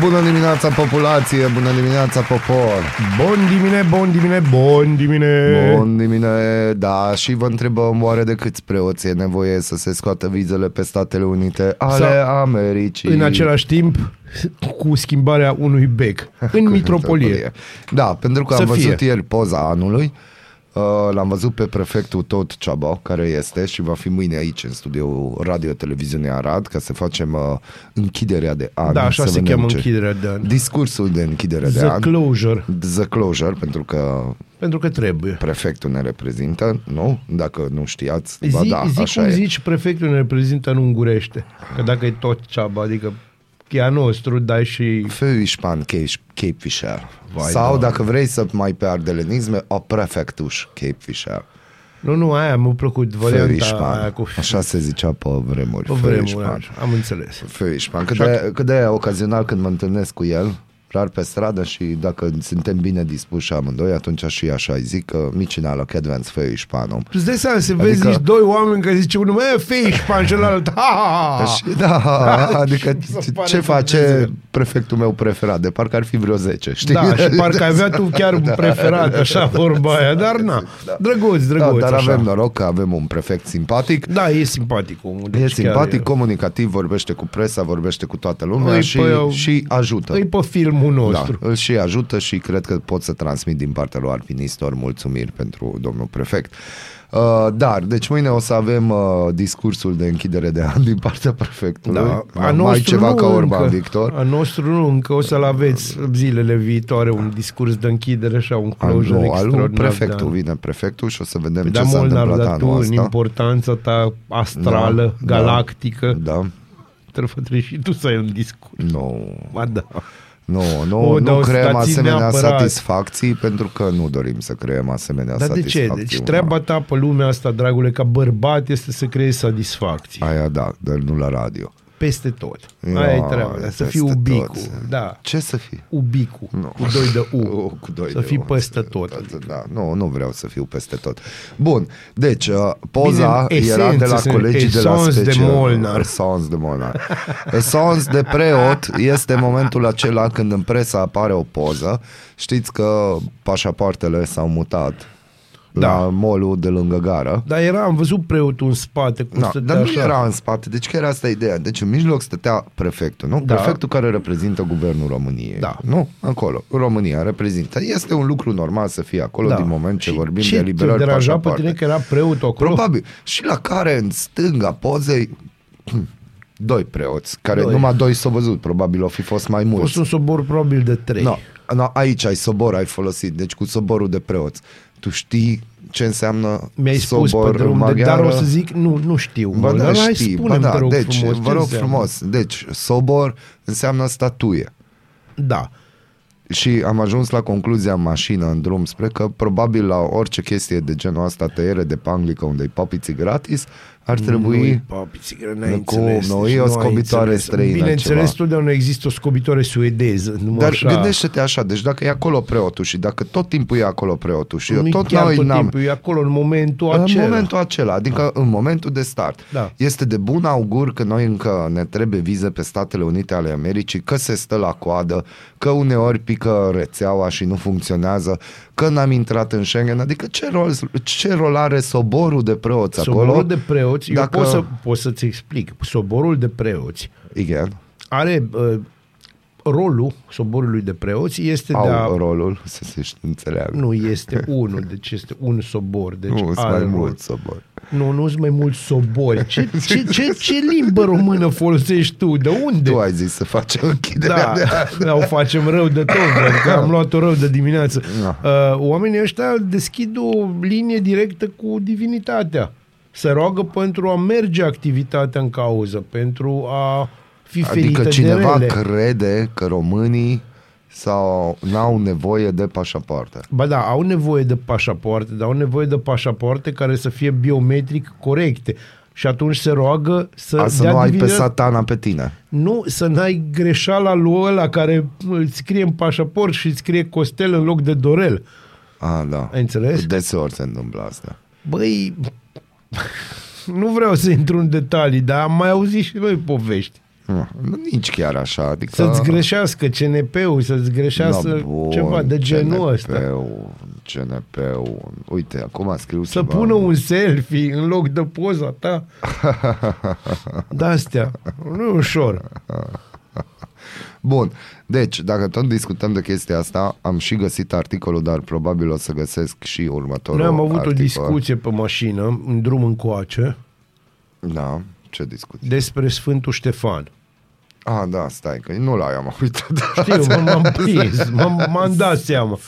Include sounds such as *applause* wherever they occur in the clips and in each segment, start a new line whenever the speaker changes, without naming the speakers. Bună dimineața, populație! Bună dimineața, popor!
Bun dimine, bun dimine, bun dimine.
Bun dimine, da, și vă întrebăm oare de câți preoți e nevoie să se scoată vizele pe Statele Unite ale
Sau-
Americii.
În același timp, cu schimbarea unui
*laughs*
bec în mitropolie.
Da, pentru că
Să
am văzut
fie.
ieri poza anului. Uh, L-am văzut pe prefectul tot Ceaba, care este și va fi mâine aici în studioul Radio Televiziunea Arad, ca să facem uh, închiderea de an.
Da, așa
să
se
vedem
cheamă
ce-
închiderea de an.
Discursul de închidere de
The
an.
closure.
The closure, pentru că
Pentru că trebuie.
prefectul ne reprezintă, nu? Dacă nu știați, ba
Zi,
da,
zi
așa
cum
e.
zici, prefectul ne reprezintă în ungurește. Că dacă e tot ceaba, adică e a nostru, dai și...
Főispán kés- képvisel.
Vai,
Sau,
da.
dacă vrei să mai pe ardelenisme, a prefectus képvisel.
Nu, nu, aia mi-a plăcut varianta aia
Főispán.
cu...
Așa se zicea pe vremuri.
Pe vremuri,
Főispán.
așa, am înțeles.
Făișpan. Cât de, cât de ocazional când mă întâlnesc cu el, rar pe stradă și dacă suntem bine dispuși amândoi, atunci și așa îi zic că micina la kedvenc Făișpanom.
Tu îți dai seama, se vezi
Adică-
nici doi oameni că zice unul, mă, fei și pan celălalt, ha, ha, ha.
Și *laughs* da,
*laughs*
adică
mi se
ce-
pare
ce face
Dumnezeu.
prefectul meu preferat? De parcă ar fi vreo 10, știi?
Da, și parcă avea tu chiar un preferat, așa, vorba aia, dar na. Drăguț,
*laughs* da,
drăguț,
dar
așa.
avem noroc că avem un prefect simpatic.
Da, e simpatic omul.
E
deci chiar
simpatic, comunicativ, vorbește cu presa, vorbește cu toată lumea
Îi
și,
pe-
și ajută.
E Păi, pe filmul
Da,
păi nostru.
îl și ajută și cred că pot să transmit din partea lui Arpinistor mulțumiri pentru domnul prefect. Uh, dar, deci mâine o să avem uh, discursul de închidere de an din partea prefectului. Păi, Mai ceva
Da. nu
ca urma,
încă.
Victor.
A nostru nu încă, o să-l aveți zilele viitoare, un discurs de închidere așa, un
Al,
closure
nou- al lui
extraordinar.
prefectul,
da.
vine prefectul și o să vedem
Da,
ce s-a
Molnar,
întâmplat
dar tu,
anul
în
ăsta.
importanța ta astrală,
Da, da,
galactică,
Da,
trebuie să și tu să ai un discurs.
nu,
Ba da.
nu, nu,
O, Oh, dar
nu
o să
creăm
dați
asemenea
neapărat.
satisfacții pentru că nu dorim să creăm asemenea
Dar de
satisfacții.
ce? Deci treaba ta pe lumea asta, dragule, ca bărbat este să creezi satisfacții.
Aia da, dar nu la radio.
Peste tot.
Ia,
Aia e treaba. Să fii
peste
ubicu.
tot.
Da.
Ce să fii?
Ubicu.
Nu.
Cu doi de U.
*laughs* Cu- cu doi
să
de
fii
U,
peste
înțeleg.
tot. adică.
Da, nu, nu vreau să fiu peste tot. Bun, deci uh, poza
Bine,
Bine, era
esență,
de la
sunt
colegii de la
essence de
special.
Molnar.
Sons de Molnar. Sons de preot este momentul acela când în presă apare o poză. Știți că pașapoartele s-au mutat
Da.
la molul de lângă gară.
Dar era, am văzut preotul în spate. Cum
Da,
stătea
dar nu
așa.
era în spate, deci că era asta ideea. Deci în mijloc stătea prefectul, nu?
Da.
Prefectul care reprezintă guvernul României.
Da.
Nu? Acolo. România reprezintă. Este un lucru normal să fie acolo din moment ce
Da. Și
vorbim
ce
de
te
liberări
deranja pe
pașapoarte.
tine că era preotul acolo?
Probabil. Și la care în stânga pozei *clears throat* doi preoți, care
Doi.
numai doi s-au văzut, probabil au fi fost mai
A
mulți.
fost un sobor probabil de trei.
No, no, aici ai sobor, ai folosit, deci cu soborul de preoți. Tu știi ce înseamnă
Mi-ai spus
sobor
pe drum, de,
maghiară?
dar o să zic, nu, nu știu.
Ba
mă,
da,
dar hai
știi, ba
spune-mi,
da,
te rog
deci,
frumos.
vă
ce
rog
înseamnă.
frumos, deci sobor înseamnă statuie.
Da.
Și am ajuns la concluzia în mașină, în drum spre că probabil la orice chestie de genul ăsta, tăiere de panglică unde e papiții gratis, ar trebui... Cum? Nu, e o scobitoare străină,
Bineînțeles,
ceva.
totdeauna există o scobitoare suedeză. Numai
Dar
așa.
gândește-te așa, deci dacă e acolo preotul și dacă tot timpul e acolo preotul și eu
nu
tot
chiar
noi
tot
n-am...
timpul, e acolo în momentul
În
acela.
momentul acela, adică în momentul de start.
Da.
Este de bun augur că noi încă ne trebuie vize pe Statele Unite ale Americii, că se stă la coadă, că uneori pică rețeaua și nu funcționează, că n-am intrat în Schengen. Adică ce rol, ce rol are soborul de preoți
Soborul
acolo?
de preoți, eu
Dacă-
pot, să, pot să-ți explic. Soborul de preoți
Igen,
are uh, rolul soborului de preoți este
au
de a...
rolul să se înțeleagă.
Nu este unul, deci este un sobor. Deci
nu sunt
are
mai
rol.
mult sobor.
Nu, nu sunt mai mulți sobori. Ce, ce, ce, ce limbă română folosești tu? De unde?
Tu ai zis să facem închiderea
Deci- Da, *laughs*
de
da, o facem rău de
*laughs*
tot, pentru că am luat-o rău de dimineață.
Da.
Uh, oamenii ăștia deschid o linie directă cu divinitatea. Se roagă pentru a merge activitatea în cauză, pentru a fi ferită
Adică
de
cineva
rele.
crede că românii sau n-au nevoie de pașapoarte.
Ba da, au nevoie de pașapoarte, dar au nevoie de pașapoarte care să fie biometric corecte. Și atunci se roagă să,
A să
dea
nu ai pe
divină-
satana pe tine.
Nu, să n-ai greșeala lui ăla care îți scrie în pașaport și îți scrie Costel în loc de Dorel.
A, da.
Ai înțeles?
Deseori se întâmplă asta.
Băi, nu vreau să intru în detalii, dar am mai auzit și noi povești.
Ah, nu, Nici chiar așa. Adică...
Să-ți greșească CNP-ul, să-ți greșească
Da, bun,
ceva de genul ăsta.
CNP-ul, CNP-ul. Uite, acum scriu
Să
ceva.
pună un selfie în loc de poza ta.
*laughs*
De-astea. Nu e ușor.
Bun, deci, dacă tot discutăm de chestia asta, am și găsit articolul, dar probabil o să găsesc și următorul
Noi am avut
articol.
o discuție pe mașină, în drum încoace,
Da, ce discuție?
despre Sfântul Ștefan.
Ah, da, stai, că nu l-am uitat. *laughs*
Știu, mă- m-am prins, m-am, m-am dat seama.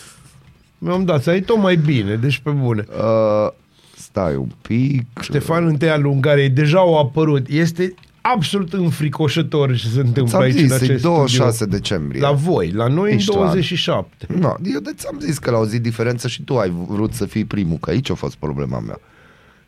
Mi-am dat seama, e tot mai bine, deci pe bune.
Uh, stai un pic.
Ștefan întâi al Ungariei, deja au apărut. Este absolut înfricoșător ce se întâmplă
Ți-am
aici în
zis, e
acest
26
studio.
decembrie.
La voi, la noi în
Ești
27.
No, eu de ți-am zis că la o zi diferență și tu ai vrut să fii primul, că aici a fost problema mea.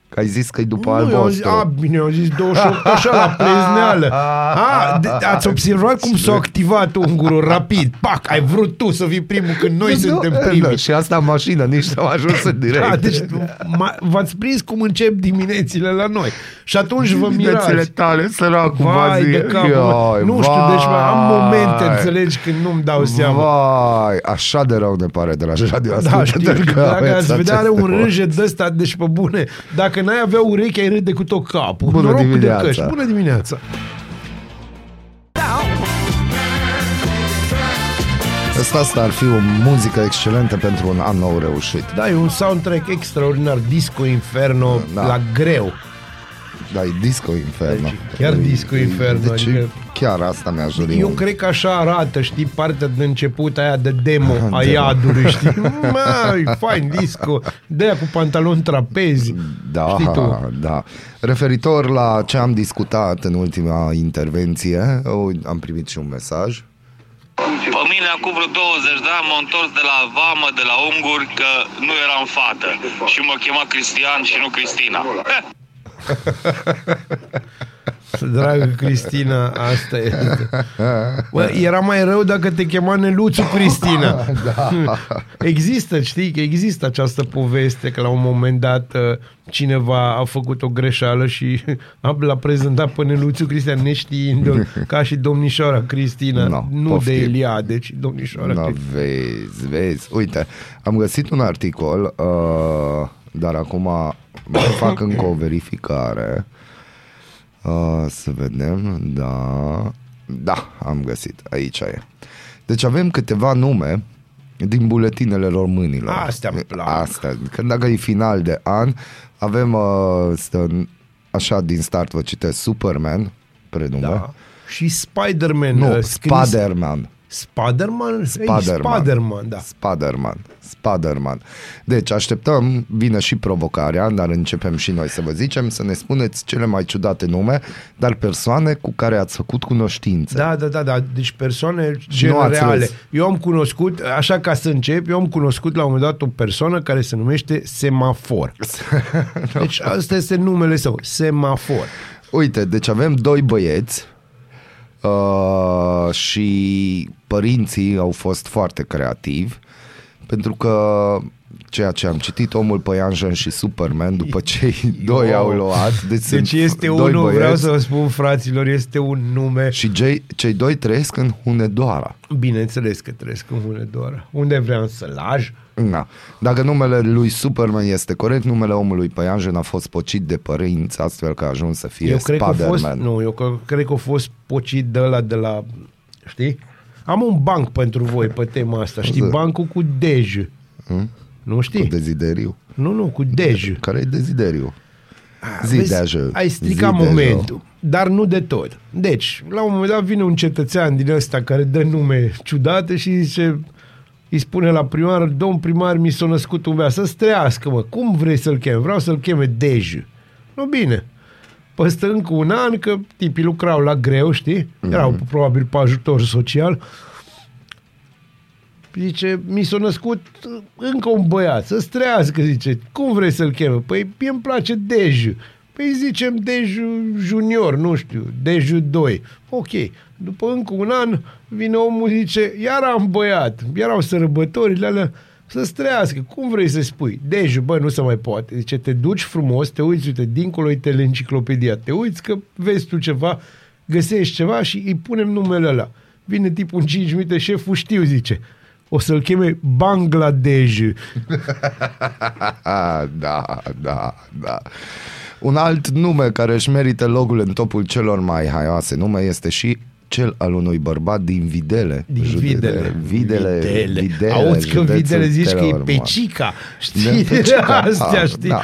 Că ai zis că e după al
Nu, eu am zis, "Ah,
vostru.
a, bine, eu am zis 28 așa la plezneală. A, de, ați observat cum s-a activat ungurul rapid. Pac, ai vrut tu să fii primul când noi
Nu,
suntem
nu,
primii.
nu, Și asta în mașină, nici n-am ajuns în direct.
Da, deci ma, v-ați prins cum încep diminețile la noi. Și atunci vă
Diminețile
mirați.
tale, săracul,
Vai
Vazie.
de capul
Ioi,
meu. Nu știu, deci mai am momente,
vai.
înțelegi, când nu-mi dau seama.
Vai, așa de rău ne pare de la radio
Da, știu,
că
că dacă
aveți
ați vedea are
aceste
un
voci.
rânje de ăsta, deci pe bune, dacă n-ai avea urechi, ai râde cu tot capul.
Bună
Norocul
dimineața.
De căști. Bună dimineața!
Asta, asta ar fi o muzică excelentă pentru un an nou reușit.
Da, e un soundtrack extraordinar, Disco Inferno,
Da.
da. la greu.
Da, e disco inferno.
Deci, chiar disco
E- e-
inferno,
Deci,
adică-
chiar asta mi-aș dori.
Eu
mult.
cred că așa arată, știi, partea de început aia de
*laughs*
demo a
demo.
iadului, știi? Mai, fain disco, de aia cu pantaloni trapezi.
Da,
Știi tu.
da. Referitor la ce am discutat în ultima intervenție, o, am primit și un mesaj.
Pe mine acum vreo 20 de ani m-am întors de la vamă, de la unguri, că nu eram fată. Și mă chema Cristian și nu Cristina.
Dragă Cristina, asta e. Bă, era mai rău dacă te chema Neluțu Cristina. Da. Există, știi, că există această poveste că la un moment dat uh, cineva a făcut o greșeală și *laughs* a- l-a prezentat pe Neluțu Cristian neștiind ca și domnișoara Cristina,
No,
nu
poftim.
de Eliade, ci domnișoara
Da,
Cristina.
vezi, vezi. Uite, am găsit un articol, uh, dar acum mai *coughs* fac încă o verificare. Uh, să vedem, da. Da, am găsit. Aici e. Deci avem câteva nume din buletinele românilor.
Astea îmi plac.
Asta, că dacă e final de an, avem uh, stă, așa din start vă citesc Superman, prenume.
Da. Și Spider-Man. uh,
Nu,
scris-
Spider-Man.
Spider-Man?
Spider-Man.
Spider-Man. Păi, Spider-Man, da.
Spider-Man. Spider-Man. Deci așteptăm, vine și provocarea, dar începem și noi să vă zicem, să ne spuneți cele mai ciudate nume, dar persoane cu care ați făcut cunoștințe.
Da, da, da, da. Deci persoane gen
ați
reale.
râs.
Eu am cunoscut, așa ca să încep, eu am cunoscut la un moment dat o persoană care se numește
*laughs*
Semafor. Deci asta este numele său, Semafor.
Uite, deci avem doi băieți uh, și părinții au fost foarte creativi pentru că ceea ce am citit, omul păianjen și Superman, după
*laughs*
cei doi
Wow.
au luat. Deci, sunt
Deci este
doi
unul,
băieți,
vreau să vă spun fraților, este un nume.
Și cei, cei doi trăiesc în Hunedoara.
Bineînțeles că trăiesc în Hunedoara. Unde vreau să laj?
Na. Dacă numele lui Superman este corect, numele omului Păianjen a fost pocit de părinți, astfel că a ajuns să fie
eu cred că a
Spiderman.
fost, nu, eu că- cred că a fost pocit de la de la, știi? Am un banc pentru voi pe tema asta, știi?
Da.
Bancul cu Dej. Nu știi?
Hm? Cu dezideriu.
Nu, nu, cu Dej.
Care e dezideriu? Deci, Zi
Ah, Vezi,
de ajă.
Ai stricat
Zi de ajă.
momentul, dar nu de tot. Deci, la un moment dat vine un cetățean din ăsta care dă nume ciudate și zice, îi spune la primar, domn primar, mi s-a născut un băiat, să-ți trăiască, mă, cum vrei să-l chem? Vreau să-l cheme Dej. Nu bine. Păstă încă un an, că tipii
Mhm.
lucrau la greu, știi? Erau probabil pe ajutor social. Zice, mi s-a născut uh, încă un băiat, să strească, zice, cum vrei să-l cheme? Păi mie îmi place Deju. Păi zicem Deju junior, nu știu, Deju 2. Ok. După încă un an vine omul, zice, iar am băiat, erau sărbătorile alea, să strească, cum vrei să spui? Deju, bă, nu se mai poate. Zice, te duci frumos, te uiți, uite, dincolo e teleenciclopedia, te uiți că vezi tu ceva, găsești ceva și îi punem numele ăla. Vine tipul în 5 minute, șeful știu, zice, o să-l cheme Bangladesh.
da, da, da. Un alt nume care își merită locul în topul celor mai haioase nume este și cel al unui bărbat din Videle.
Din Videle.
Videle. Videle. Videle
Auzi că
județul
Videle zici că e
Teleorman.
pe Cica.
Da,
*laughs* Știi?
Pecica.
Astea,
Ah,
știi?
da.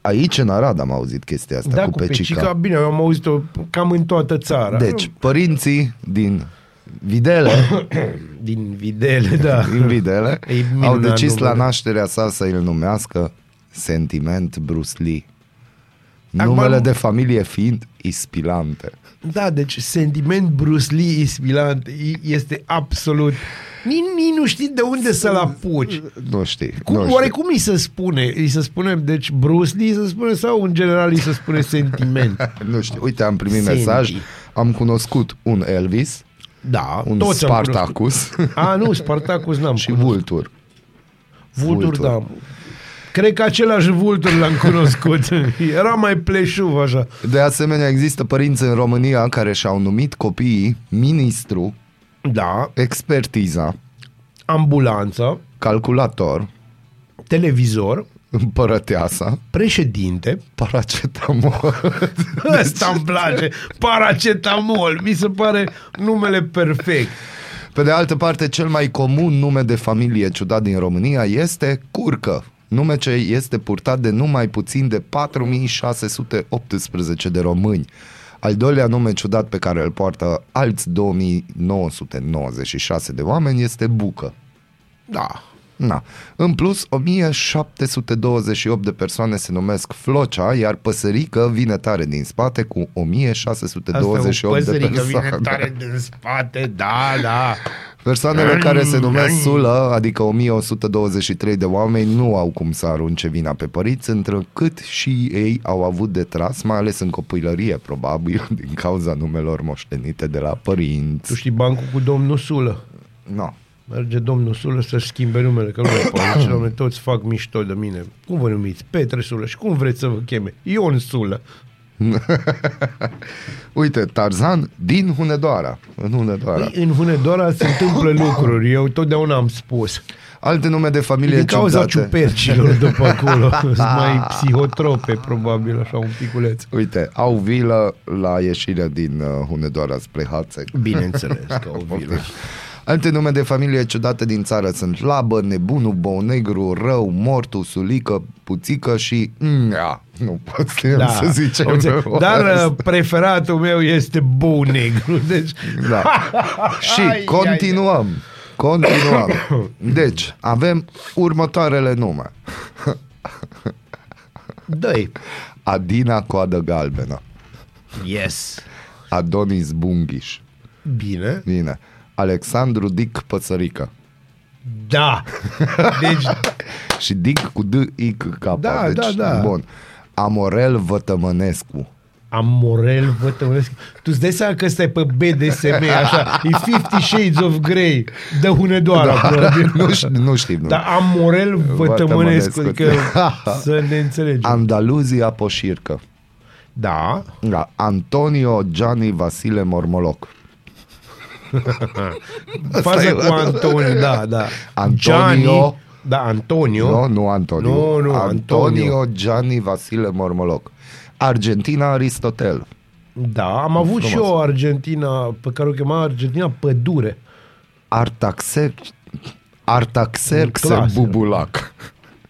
Aici în Arad am auzit chestia asta
Da,
cu pecica.
Pecica, da. bine, eu am auzit-o cam în toată țara.
Deci, părinții din
*laughs*
Videle,
Din Videle, *laughs* da.
din Videle
E minunat
au decis la
numele.
nașterea sa să îl numească Sentiment Bruce Lee.
Acum-
Numele de familie fiind Ispilante.
Da, deci sentiment Bruce Lee ispilant e- este absolut... Nici, nici nu știi de unde să-l apuci.
Nu știi. nu
Cum,
știi.
oare cum îi se spune? Îi se spune, deci Bruce Lee îi se spune sau în general îi se spune *laughs* sentiment?
Nu știu. Uite, am primit
Senti.
mesaj. Am cunoscut un Elvis,
Da,
un
toți am cunoscut.
Spartacus
A, nu, Spartacus n-am
și
și
*laughs* Vultur.
Vultur,
Vultur.
da. Cred că același Vultur l-am
*laughs*
cunoscut. Era mai pleșuv așa.
De asemenea, există părinți în România care și-au numit copiii ministru,
Da,
expertiza,
ambulanță,
calculator,
televizor,
împărăteasa, *laughs*
președinte.
paracetamol.
Ăsta îmi place. Paracetamol. Mi se pare numele perfect.
Pe de altă parte, cel mai comun nume de familie ciudat din România este Curcă, nume ce este purtat de numai puțin de 4618 de români. Al doilea nume ciudat pe care îl poartă alți 2996 de oameni este Bucă.
Da.
Na. În plus, 1728 de persoane se numesc Flocea, iar Păsărică vine tare din spate cu 1628
Asta
de
e o păsărică vine
persoane.
tare din spate. Da, da.
Persoanele care se numesc
Mm.
Sulă, adică 1123 de oameni, nu au cum să arunce vina pe părinți, întrucât și ei au avut de tras, mai ales în copilărie, probabil, *laughs* din cauza numelor moștenite de la
Tu
părinți.
știi bancul cu domnul Sulă.
No.
Merge domnul Sulă să schimbe numele, că nu mai poate. Și, doamne, toți fac mișto de mine. Cum vă numiți? Petre Sulă. Și cum vreți să vă cheme? Ion Sulă.
Uite, Tarzan din Hunedoara. În Hunedoara.
Păi, în Hunedoara se întâmplă lucruri. Eu totdeauna am spus.
Alte nume de familie
Din cauza
ciudate.
ciupercilor după *laughs* acolo. Sunt mai psihotrope, probabil, așa un piculeț.
Uite, au vilă la ieșirea din uh, Hunedoara spre Hațec.
Bineînțeles că o *laughs* vilă.
Alte nume de familie ciudate din țară sunt Labă, Nebunu, Băunegru, Rău, Mortu, Sulică, Puțică și... Nea. Nu pot să, da. să zicem.
Înțeleg.
rău
Dar
ăsta.
uh, preferatul meu este bou negru. *laughs* Deci,
Da. și continuăm. Continuăm. Deci, avem următoarele nume.
dă
Adina Coadă Galbenă,
Yes.
Adonis Bunghiș,
Bine.
bine, Alexandru Dic Păsărică
Da. Deci,
și Dic cu D, I, C, K.
Da,
deci,
da, da.
Bun. Amorel Vătămănescu,
Amorel, vă tămânesc. Tu îți dai seama că ăsta e pe BDSM, așa. E 50 Shades of Grey. Dă Hunedoara, da, probabil.
nu, știu, nu știu. Nu.
Dar Amorel vă
Vă
tămânesc.
tămănesc.
Adică să ne înțelegem.
Andaluzia Poșircă.
Da.
Da. Antonio Gianni Vasile Mormoloc.
Faza
e-
cu Antonio, da, da.
Antonio.
Gianni, da, Antonio.
Nu, nu Antonio.
Nu, nu, Antonio.
Antonio Gianni Vasile Mormoloc. Argentina Aristotel.
Da, am avut și eu Argentina, pe care o chema Argentina Pădure.
Artaxer... Artaxerxe
Clasă.
Bubulac.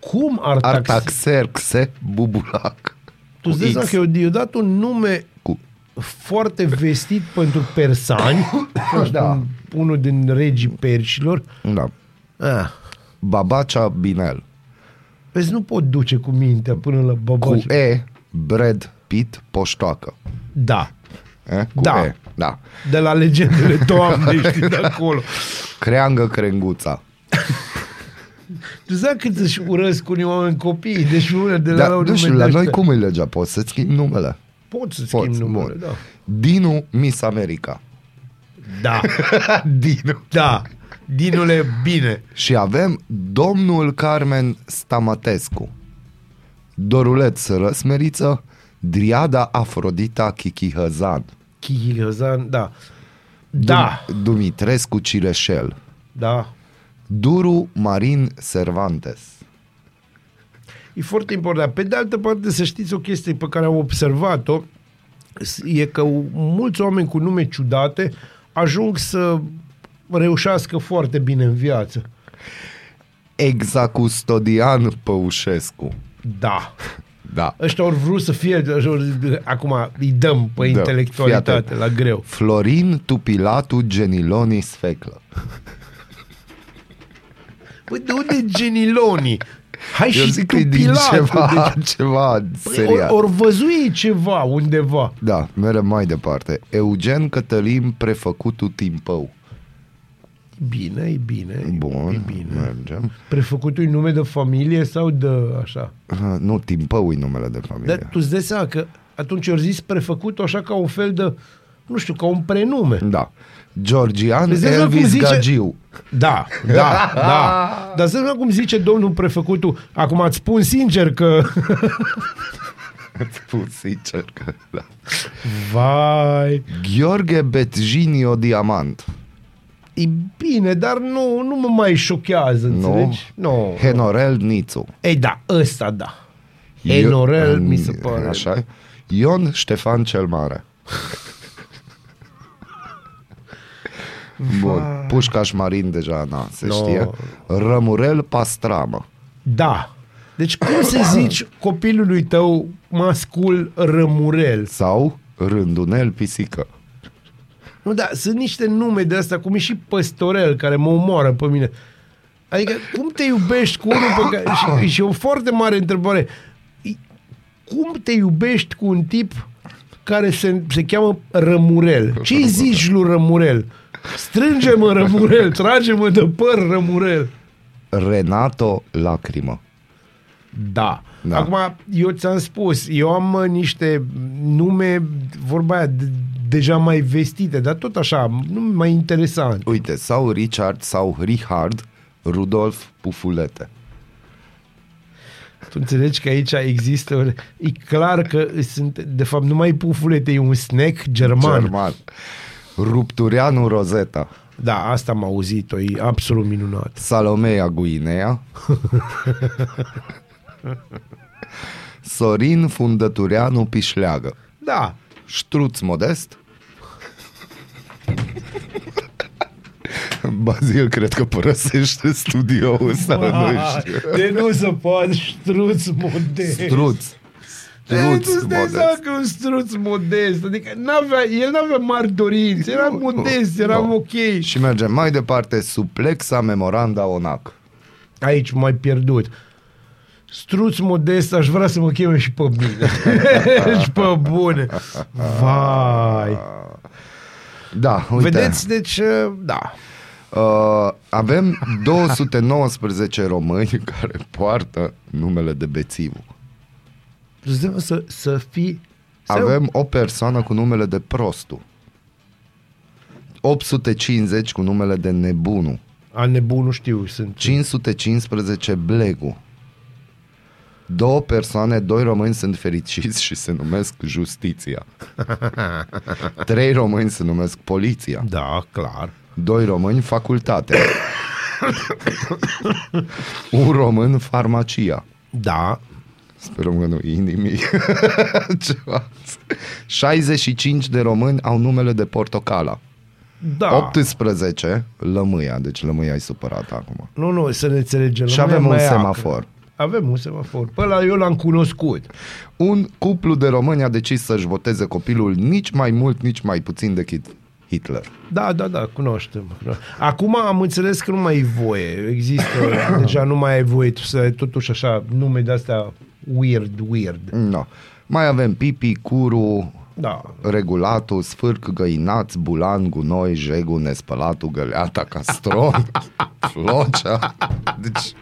Cum Artax? Artax.
Artaxerxe Bubulac.
Tu îți dai seama
X.
că eu, eu dat un nume
Cu...
foarte vestit pentru persani,
*coughs* Da.
unul din regii perșilor.
da.
Ah.
Babacea Binel.
Vezi, nu pot duce cu mintea până la
Cu
babaș.
E, Brad Pitt Poștoacă.
Da,
Eh? Cu
Da.
E. da.
de la legendele toamnei, știi, de acolo.
Creangă Crenguța.
Tu știi cât își urăsc unii oameni copiii, deci unele de la
Dar,
un
nu
nume
știu, Da, la
de
noi
ăștia.
cum e legea? Poți să schimbi numele.
Poți să schimbi
Poți,
numele,
bun.
da.
Dinu Miss America.
Da,
*laughs* Dinu.
da. Dinule, bine.
Și avem domnul Carmen Stamatescu, Doruleț Răsmeriță, Driada Afrodita Chichihăzan,
Chihilozan, da. Da,
Dum- Dumitrescu Cireșel,
da.
Duru Marin Cervantes.
E foarte important. Pe de altă parte, să știți o chestie pe care am observat-o, s- e că mulți oameni cu nume ciudate ajung să reușească foarte bine în viață.
Exacustodian Păușescu.
Da.
Da.
Ăștia au vrut să fie, ori- acum îi dăm pe
Da, fii
Păi, intelectualitate
atent.
la greu.
Florin Tupilatu Geniloni Sfeclă.
Păi de unde geniloni? Hai
Eu
și
zic
tu
că e din
Pilatul,
ceva,
deci-
ceva serial.
Ori or văzui ceva undeva.
Da, merem mai departe. Eugen Cătălin Prefăcutul Timpău.
Bine, e bine. e-
Bun,
E bine.
mergem.
Prefăcutul e nume de familie sau de așa?
Ah, Nu, Timpău e numele de
Dar
familie.
tu îți dai seama că atunci eu zis prefăcut așa ca un fel de, nu știu, ca un prenume.
Da. Georgian
Îți dai seama
Elvis
cum zice-
Gagiu. *laughs*
Da, da, da. *laughs* Dar să cum zice domnul prefăcutul. Acum îți spun sincer că... *laughs*
Spun sincer că... Da.
Vai...
Gheorghe Betjinio Diamant.
E bine, dar nu, nu mă mai șochează, înțelegi? Nu.
Henorel Nițu.
Ei da, ăsta da.
Io-
Enorel, mi se
Mm,
pare.
Așa Ion Ștefan cel Mare. Bun. Pușcaș Marin deja, na, se
No.
știe. Rămurel Pastramă.
Da. Deci cum să zici copilului tău mascul rămurel?
Sau Rândunel Pisică.
Nu, da, sunt niște nume de astea, cum e și păstorel, care mă omoară pe mine. Adică, cum te iubești cu unul pe care... Și, și e o foarte mare întrebare. I- Cum te iubești cu un tip care se, se cheamă Rămurel? ce zici lui Rămurel? Strânge-mă, Rămurel! Trage-mă de păr, Rămurel!
Renato Lacrimă.
Da.
Da.
da. Acum, eu ți-am spus, eu am uh, niște nume, vorba aia, de- deja mai vestite, dar tot așa, nu mai interesant.
Uite, sau Richard sau Richard Rudolf Pufulete.
Tu înțelegi că aici există... o- E clar că sunt... De fapt, nu mai pufulete, e un snack german. german.
German. Ruptureanu Rozeta.
Da, asta am auzit-o, e absolut minunat.
Salomea Guinea. Sorin Fundătureanu Pișleagă.
Da,
Ștruț Modest. Bazil, cred că părăsește studioul ăsta, Da, nu
Ai,
știu.
Ah, de nu se poate ștruț modest.
Struț.
Ei, tu
Struț
stai seama
Modest.
că un struț modest, adică n-avea, el n-avea mari dorințe, era
Nu,
modest,
nu,
era
nu.
ok.
Și mergem mai departe, Suplexa Memoranda Onac.
aici m-ai pierdut. Struț modest, aș vrea să mă cheme și pe mine. *laughs* și pe bune. Vai.
Da, uite.
Uite. Vedeți, deci, da.
Uh, avem 219 români *laughs* care poartă numele de bețivu.
Îți dă Să, să fii... Să
Avem o persoană cu numele de prostu. 850 cu numele de nebunu.
A nebun, nu știu, sunt...
515 blegu. Două persoane, doi români sunt fericiți și se numesc Justiția. Trei români se numesc Poliția.
Da, clar.
Doi români, Facultatea. Un român, Farmacia.
Da.
Sperăm că nu inimii. *laughs* Ceva. 65 de români au numele de portocala.
Da.
18, lămâia. Deci lămâia ai supărat acum.
Nu, nu, să ne înțelegem.
Și
Lumea
avem un
mai acră.
semafor.
Avem un semafor. Pe ăla eu l-am cunoscut.
Un cuplu de români a decis să-și voteze copilul nici mai mult, nici mai puțin decât Hitler.
Da, da, da, cunoaștem. Acum am înțeles că nu mai e voie. Există, *coughs* deja nu mai ai voie tu să ai totuși așa nume de astea weird, weird.
No. Mai avem Pipi, Curu,
Da.
Regulatul, sfârc, găinaț, bulan, gunoi, jegu, nespălatul, găleata, castron, flocea. Deci,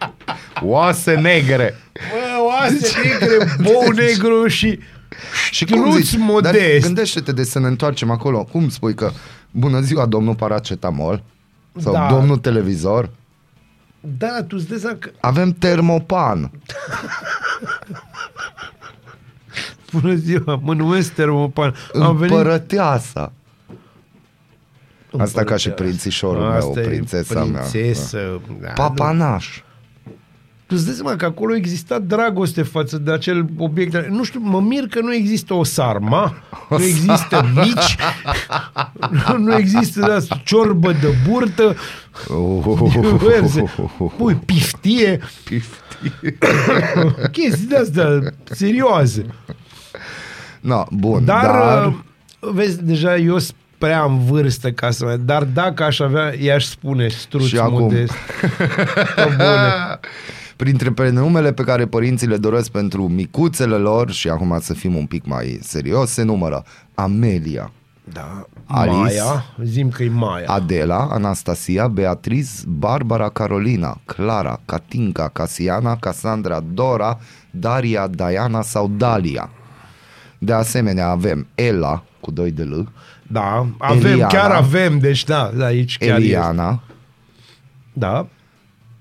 oase negre.
Bă, *laughs* oase negre, bou negru și
Și
Știuț modest.
gândește-te de să ne întoarcem acolo. Cum spui că bună ziua domnul paracetamol sau
Da.
domnul televizor?
Da, tu îți dai seama că...
Avem termopan.
Bună ziua, mă numesc Termopan. Am venit... Da,
Împărăteasa. Asta ca și prințișorul meu,
e
prințesa mea.
prințesă, Da. nu. *laughs*
Papanaș.
Tu îți dai seama că acolo exista dragoste față de acel obiect. Nu știu, mă mir că nu există o
*laughs*
sarma, nu există mici, *laughs* nu, nu există da, ciorbă de burtă,
Oh,
diverse, pui piftie, *coughs* chestii de-astea serioase.
No, bun,
Dar, uh,
dar...
dar... vezi, deja eu sunt prea în vârstă ca să mai... Dar dacă aș avea, i-aș spune struț
Și acum.
modest. Pe bune.
Printre prenumele pe care părinții le doresc pentru micuțele lor, și acum să fim un pic mai serios, se numără Amelia,
Da.
*laughs* Alice.
Maia, zim că e Maia.
Adela, Anastasia, Beatriz, Barbara, Carolina, Clara, Catinca, Casiana, Cassandra, Dora, Daria, Diana sau Dalia. De asemenea avem Ela cu 2 de L,
da, avem,
Eliana.
chiar avem, deci da, da aici chiar este.
Eliana,
Da,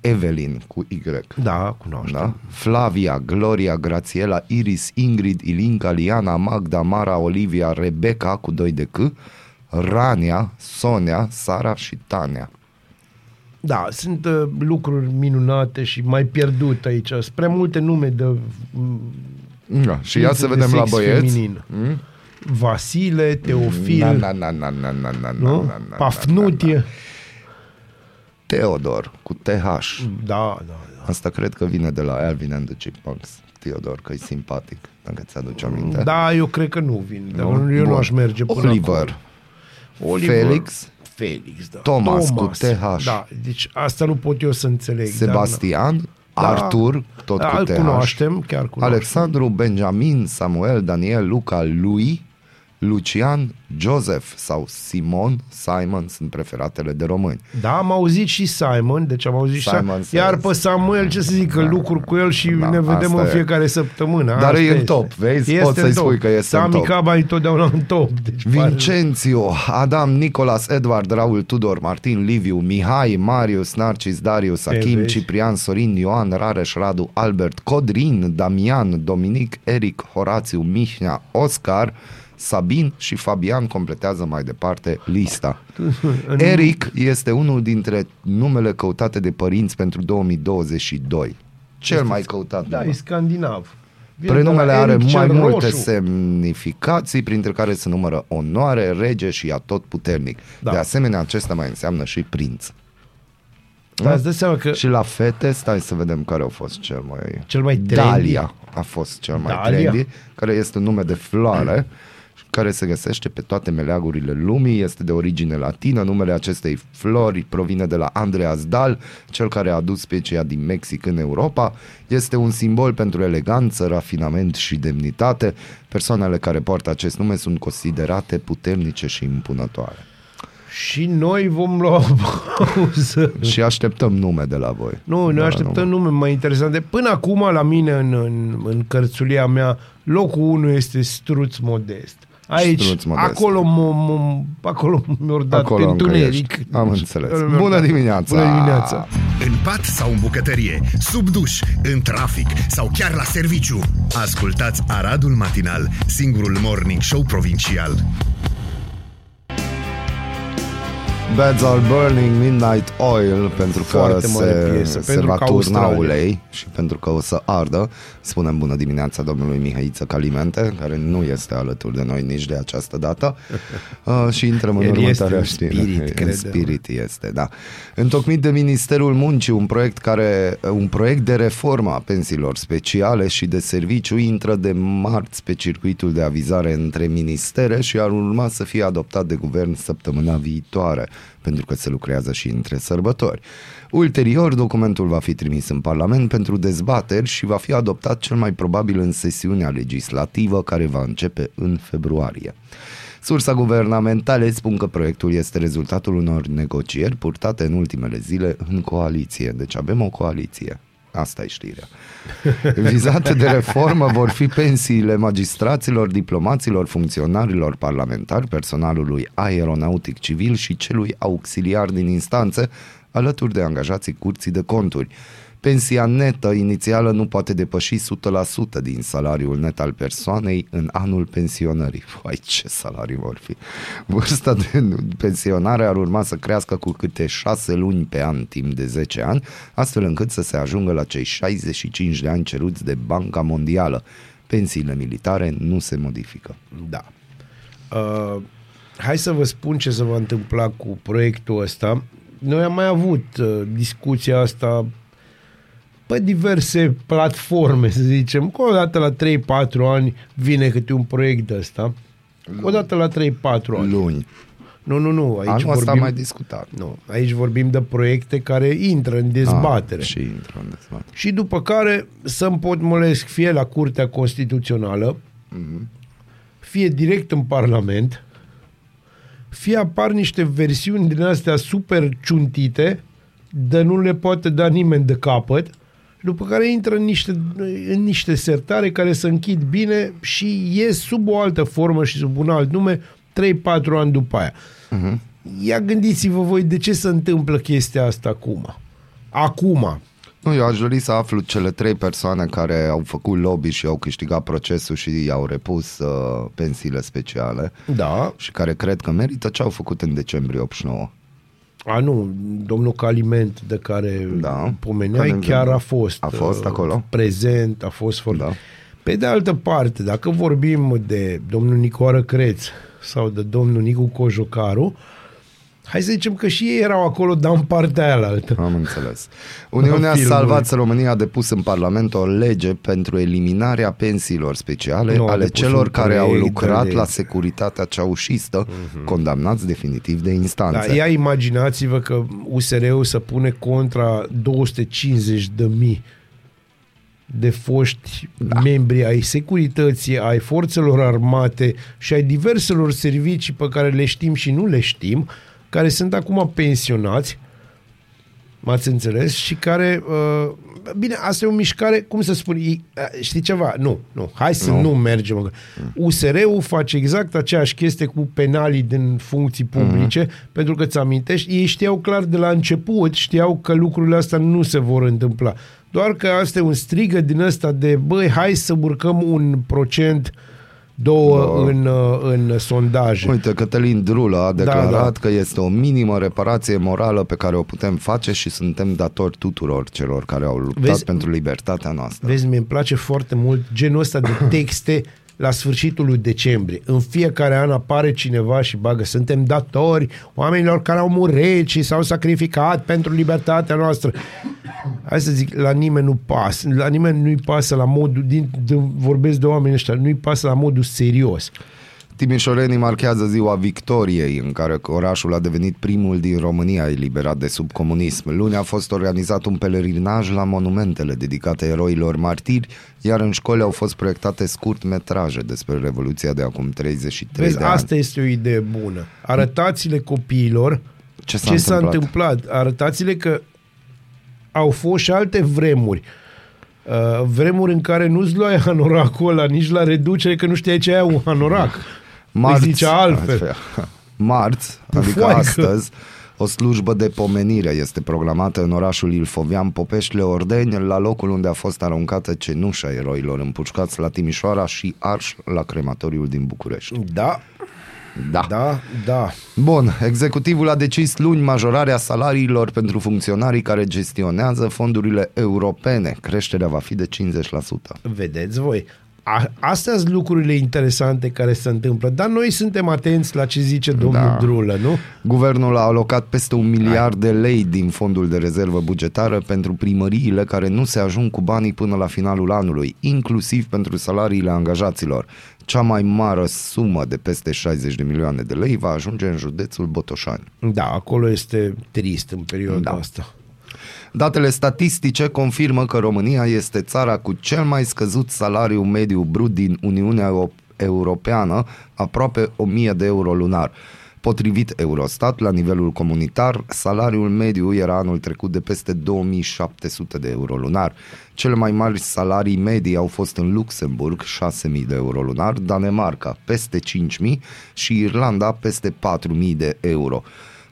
Evelyn cu Y.
da, cunoaște.
Da? Flavia, Gloria, Grațiela, Iris, Ingrid, Ilinca, Liana, Magda, Mara, Olivia, Rebecca cu 2 de C, Rania, Sonia, Sara și Tania.
Da, sunt uh, lucruri minunate și mai pierdut aici. Sunt prea multe nume de...
Da, și ia să
de
vedem la
sex
băieți. Mm?
Feminin. Vasile, Teofil,
Na, na, na, na, na, na, na,
nu?
na, na,
Pafnutie.
Teodor cu TH.
Da, da, da.
Asta cred că vine de la Alvin and the Chipmunks. Teodor, că e simpatic, dacă ți-aduci aminte.
Da, eu cred că nu vin. Dar
Nu?
eu nu
Bun.
aș merge până
Oliver,
acolo. Oliver. Exact,
Felix.
Felix, da.
Thomas, cu TH.
Da, deci asta nu pot eu să înțeleg.
Sebastian,
Da.
Artur, tot
Da,
cu
îl
TH.
cunoaștem, chiar cunoaștem.
Alexandru, Benjamin, Samuel, Daniel, Luca, Lui, Lucian, Joseph sau Simon, Simon sunt preferatele de români.
Da, am auzit și Simon, deci am auzit și
Simon
Simon.
Says.
Iar pe Samuel, ce să zic, că
Da,
lucruri cu el și
da,
ne vedem
asta
în
e.
fiecare săptămână.
Dar
asta
e în
este.
top, vezi?
Este
Poți
în
să-i
top.
spui că este în
Sami
top.
Caba e întotdeauna în top. Deci pare-
Vincențiu, Adam, Nicolas, Edward, Raul, Tudor, Martin, Liviu, Mihai, Marius, Narcis, Darius, Achim,
vezi?
Ciprian, Sorin, Ioan, Rareș, Radu, Albert, Codrin, Damian, Dominic, Eric, Horațiu, Mihnea, Oscar, Sabin și Fabian completează mai departe
*laughs*
lista. Eric este unul dintre numele căutate de părinți pentru 2022. Cel mai căutat
Da,
nume.
e scandinav. Vine de
Prenumele
la
are
Eric
mai
cel
multe
Roșu.
semnificații, printre care se numără onoare, rege și atotputernic.
Da.
De asemenea, acesta mai înseamnă și prinț. Da?
Dar îți dai seama că
Și la fete, stai să vedem care au fost cel mai...
Cel mai Păi, trendy?
Dalia a fost cel mai
Dalia?
trendy, care este un nume de floare *clears throat* care se găsește pe toate meleagurile lumii, este de origine latină, numele acestei flori provine de la Andreas Dal, cel care a adus specia din Mexic în Europa, este un simbol pentru eleganță, rafinament și demnitate. Persoanele care poartă acest nume sunt considerate puternice și impunătoare.
și noi vom lua o pauză.
Și așteptăm nume de la voi.
Nu, ne
Da,
așteptăm nume mai interesante. Până acum, la mine, în, în, în cărțulia mea, locul 1 este Struț Modest. Aici,
Struț Modest.
acolo, m- m- acolo mi-au dat
Acolo
pe
încă
întuneric.
ești. Am înțeles.
Acolo mi-au
Bună
dat.
dimineața!
Bună dimineața!
În pat sau în bucătărie, sub duș, în trafic sau chiar la serviciu. Ascultați Aradul Matinal, singurul morning show provincial.
Beds are burning midnight oil pentru că
Foarte mare
se,
piesă,
se
pentru
va
că
turna
Australia.
ulei și pentru că o să ardă. Spunem bună dimineața domnului Mihăiță Calimente, care nu este alături de noi nici de această
*laughs*
dată uh, și intrăm în
El este
următoarea
în
știre. *laughs*
spirit,
În
credem.
spirit este, da. Întocmit de Ministerul Muncii, un proiect, care, un proiect de reformă a pensiilor speciale și de serviciu intră de marți pe circuitul de avizare între ministere și ar urma să fie adoptat de guvern săptămâna viitoare. pentru că se lucrează și între sărbători. Ulterior, documentul va fi trimis în Parlament pentru dezbateri și va fi adoptat cel mai probabil în sesiunea legislativă care va începe în februarie. Sursa guvernamentale spun că proiectul este rezultatul unor negocieri purtate în ultimele zile în coaliție. Deci avem o coaliție. Asta e știrea. Vizate de reformă vor fi pensiile magistraților, diplomaților, funcționarilor parlamentari, personalului aeronautic civil și celui auxiliar din instanță, alături de angajații curții de conturi. Pensia netă inițială nu poate depăși 100% din salariul net al persoanei în anul pensionării. Vai, ce salarii vor fi! Vârsta de pensionare ar urma să crească cu câte 6 luni pe an timp de 10 ani, astfel încât să se ajungă la cei 65 de ani ceruți de Banca Mondială. Pensiile militare nu se modifică.
Da. Uh, hai să vă spun ce se va întâmpla cu proiectul ăsta. Noi am mai avut uh, discuția asta pe diverse platforme, să zicem, că odată la 3-4 ani vine câte un proiect de ăsta. Odată la 3-4 ani.
Luni.
Nu, nu, nu. Aici
Aici Anul ăsta
vorbim,
am mai discutat.
nu, aici vorbim de proiecte care intră în dezbatere.
Ah, și intră în dezbatere.
și după care să împotmolesc fie la Curtea Constituțională, fie direct în Parlament, fie apar niște versiuni din astea super ciuntite, de nu le poate da nimeni de capăt, după care intră în niște, în niște sertare care se închid bine și ies sub o altă formă și sub un alt nume 3-4 ani după aia. Ia gândiți-vă voi de ce se întâmplă chestia asta acum. Acum,
Nu, eu aș dori să aflu cele trei persoane care au făcut lobby și au câștigat procesul și i-au repus uh, pensiile speciale
da,
și care cred că merită ce au făcut în decembrie 89.
A, nu, domnul Caliment, de care
Da.
da.
Care
pomeneai,
ne-
chiar a fost.
A fost
uh,
acolo?
Prezent, a fost foarte...
Da.
Da. Pe de altă parte, dacă vorbim de domnul Nicoară Creț sau de domnul Nicu Cojocaru, hai să zicem că și ei erau acolo, dar în partea aia la altă.
Am
*laughs*
înțeles. Uniunea
Filmul.
Salvați România a depus în Parlament o lege pentru eliminarea pensiilor speciale
Nu, a
ale
depus
celor
un
care au
proiect de
lucrat
lege.
la securitatea ceaușistă, condamnați definitiv de instanță.
Da, ia imaginați-vă că USR-ul să pune contra 250 de mii de foști da. membri ai securității, ai forțelor armate și ai diverselor servicii pe care le știm și nu le știm, care sunt acum pensionați, m-ați înțeles, și care... Uh, bine, asta e o mișcare, cum să spun, e, uh, știi ceva? Nu, nu, hai să nu, nu mergem. USR-ul face exact aceeași chestie cu penalii din funcții publice, mm-hmm. pentru că ți amintești, ei știau clar de la început, știau că lucrurile astea nu se vor întâmpla. Doar că asta e un strigă din ăsta de, băi, hai să urcăm un procent, două da. în, uh, în sondaje.
Uite, Cătălin Drulă a declarat da, da.
da.
că este o minimă reparație morală pe care o putem face și suntem datori tuturor celor care au luptat Vezi?
Vezi?
pentru libertatea noastră.
Vezi, mi-e place foarte mult genul ăsta
*coughs*
de texte la sfârșitul lui decembrie. În fiecare an apare cineva și bagă suntem datori oamenilor care au murit și s-au sacrificat pentru libertatea noastră. Hai să zic, la nimeni nu pas, la nimeni nu-i pasă la modul, din, din, vorbesc de oameni ăștia, nu-i pasă la modul serios.
Timișorenii marchează ziua victoriei în care orașul a devenit primul din România eliberat de sub comunism. Luni a fost organizat un pelerinaj la monumentele dedicate eroilor martiri, iar în școli au fost proiectate scurt metraje despre Revoluția de acum 33
Vezi,
de ani.
asta este o idee bună. Arătați-le copiilor
Ce s-a
ce s-a
întâmplat?
întâmplat. Arătați-le că au fost și alte vremuri. Uh, vremuri în care nu-ți luai hanoracul ăla nici la reducere, că nu știai ce e un *laughs* hanorac. Îi zicea altfel.
*laughs* Marți, adică
Pufoaică.
astăzi, o slujbă de pomenire este programată în orașul Ilfovean Popeșle Ordeni, la locul unde a fost aruncată cenușa eroilor împușcați la Timișoara și Arș la crematoriul din București.
Da,
Da.
da, da.
Bun, executivul a decis luni majorarea salariilor pentru funcționarii care gestionează fondurile europene. Creșterea va fi de 50%.
Vedeți voi. a, astea sunt lucrurile interesante care se întâmplă. Dar noi suntem atenți la ce zice domnul da.
Da.
Drulă, nu?
Guvernul a alocat peste un miliard de lei din fondul de rezervă bugetară pentru primăriile care nu se ajung cu banii până la finalul anului, inclusiv pentru salariile angajaților. Cea mai mare sumă de peste 60 de milioane de lei va ajunge în județul Botoșani.
Da, acolo este trist în perioada da. asta.
Datele statistice confirmă că România este țara cu cel mai scăzut salariu mediu brut din Uniunea Eu- Europeană, aproape 1000 de euro lunar. Potrivit Eurostat, la nivelul comunitar, salariul mediu era anul trecut de peste 2700 de euro lunar. Cele mai mari salarii medii au fost în Luxemburg, 6000 de euro lunar, Danemarca, peste 5000 și Irlanda, peste 4000 de euro.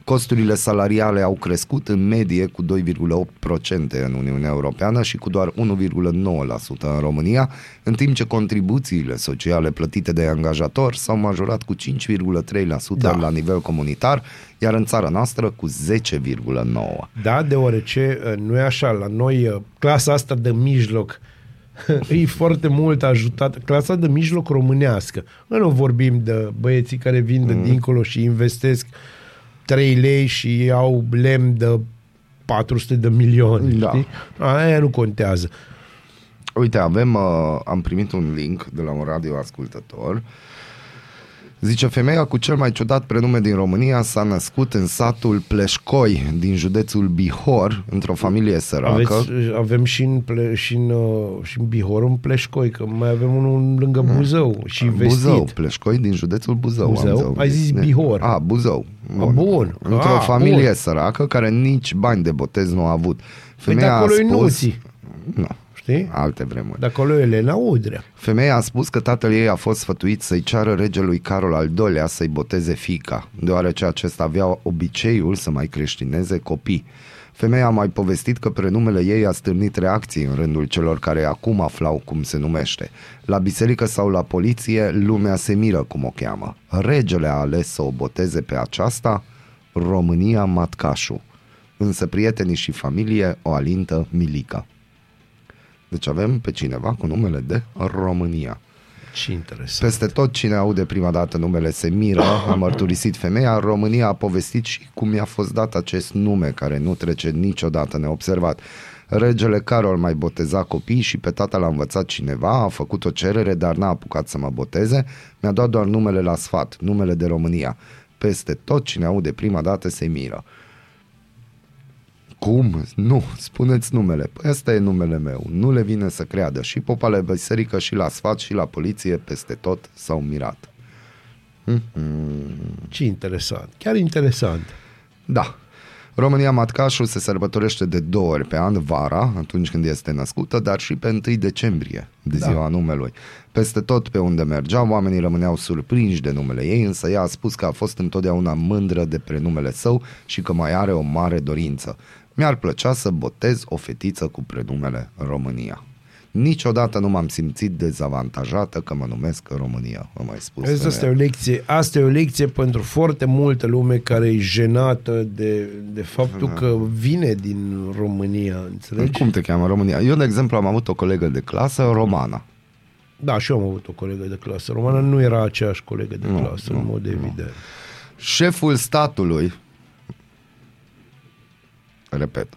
Costurile salariale au crescut în medie cu 2,8% în Uniunea Europeană și cu doar 1,9% în România, în timp ce contribuțiile sociale plătite de angajator s-au majorat cu 5,3%
Da.
da. la nivel comunitar, iar în țara noastră cu 10,9%.
Da, deoarece uh, nu e așa. La noi, uh, clasa asta de mijloc *laughs* e foarte mult ajutată. Clasa de mijloc românească. Noi nu vorbim de băieții care vin de
Mm.
dincolo și investesc 3 lei și au lemn de 400 de milioane.
Da.
Știi? Aia nu contează.
Uite, avem, uh, am primit un link de la un radioascultător. Zice, femeia cu cel mai ciudat prenume din România s-a născut în satul Pleșcoi, din județul Bihor, într-o familie săracă.
Aveți, uh, avem și în, ple, și, în, uh, și în Bihor un pleșcoi, că mai avem unul lângă Buzău și vestit.
Mm. Buzău, Pleșcoi, din județul Buzău.
Buzău?
Am zău-
Ai zis
Ne-
Bihor.
A, Buzău.
A, bun.
Într-o
A,
familie
bun.
săracă care nici bani de botez nu a avut.
Păi de
Femeia
acolo
a
e
spus...
Nuții,
Nu,
știi?
alte vremuri.
De acolo e Elena Udrea.
Femeia a spus că tatăl ei a fost sfătuit să-i ceară regelui Carol al II-lea să-i boteze fica, deoarece acesta avea obiceiul să mai creștineze copii. Femeia a mai povestit că prenumele ei a stârnit reacții în rândul celor care acum aflau cum se numește. La biserică sau la poliție, lumea se miră cum o cheamă. Regele a ales să o boteze pe aceasta România Matcașu, însă prietenii și familie o alintă Milica. Deci avem pe cineva cu numele de România.
Ce interesant.
Peste tot cine aude prima dată numele se miră, a mărturisit femeia, România a povestit și cum i-a fost dat acest nume care nu trece niciodată neobservat. Regele Carol mai boteza copii și pe tata l-a învățat cineva, a făcut o cerere, dar n-a apucat să mă boteze, mi-a dat doar numele la sfat, numele de România. Peste tot cine aude prima dată se miră. Cum? Nu, spuneți numele. Păi ăsta e numele meu. Nu le vine să creadă. Și popa la biserică, și la sfat, și la poliție, peste tot s-au mirat.
Ce interesant. Chiar interesant.
Da. România Matcașul se sărbătorește de două ori pe an, vara, atunci când este născută, dar și pe 1 decembrie, de
Da.
ziua numelui. Peste tot pe unde mergea, oamenii rămâneau surprinși de numele ei, însă ea a spus că a fost întotdeauna mândră de prenumele său și că mai are o mare dorință. Mi-ar plăcea să botez o fetiță cu prenumele România. Niciodată nu m-am simțit dezavantajată că mă numesc România, am mai spus.
Asta, asta, e o lecție, asta e o lecție pentru foarte multă lume care e jenată de, de faptul că vine din România, înțelegi?
Cum te cheamă România? Eu, de exemplu, am avut o colegă de clasă romana.
Da, și eu am avut o colegă de clasă română, nu era aceeași colegă de clasă, în mod evident.
Șeful statului, repet,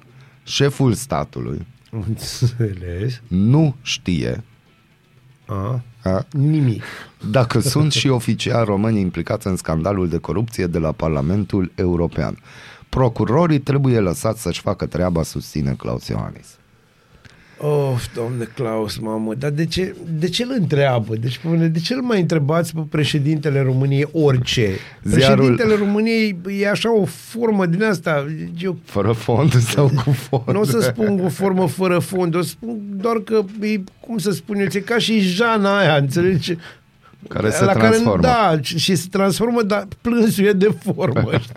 șeful statului
Înțeles?
nu știe
A?
a,
Nimic.
dacă sunt și oficiali români implicați în scandalul de corupție de la Parlamentul European. Procurorii trebuie lăsați să-și facă treaba, susține Claus Iohannis.
Of, domne Claus, mamă, dar de ce, de ce îl întreabă? Deci, pe mine, de ce îl mai întrebați pe președintele României orice?
Ziarul-
Președintele României e așa o formă din asta, eu
Fără fond sau cu fond?
nu o să spun o formă fără fond, o să spun doar că, e, cum să spun eu, e ca și Jana aia, înțelegi?
Care se
La
transformă.
Care, da, și și se transformă, dar plânsul e de
*laughs*
formă, știi?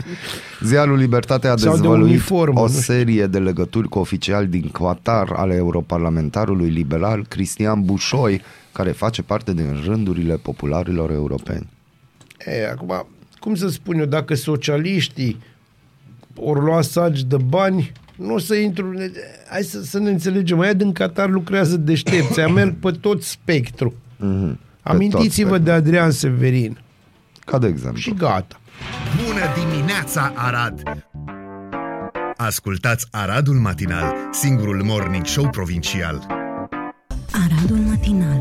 Ziarul Libertatea a
Sau de
dezvăluit
uniformă,
o
nu știu.
serie de legături cu oficiali din Qatar ale europarlamentarului liberal Cristian Bușoi, care face parte din rândurile popularilor europeni.
E, acum, cum să spun eu, dacă socialiștii ori lua sagi de bani, nu o să intru... Hai să, să ne înțelegem. Aia din Qatar lucrează deștepți. Aia merg pe tot spectru.
Mhm. Pe
Amintiți-vă
toți,
de Adrian Severin
Ca de exemplu.
și gata.
Bună dimineața, Arad! Ascultați Aradul Matinal, singurul morning show provincial.
Aradul matinal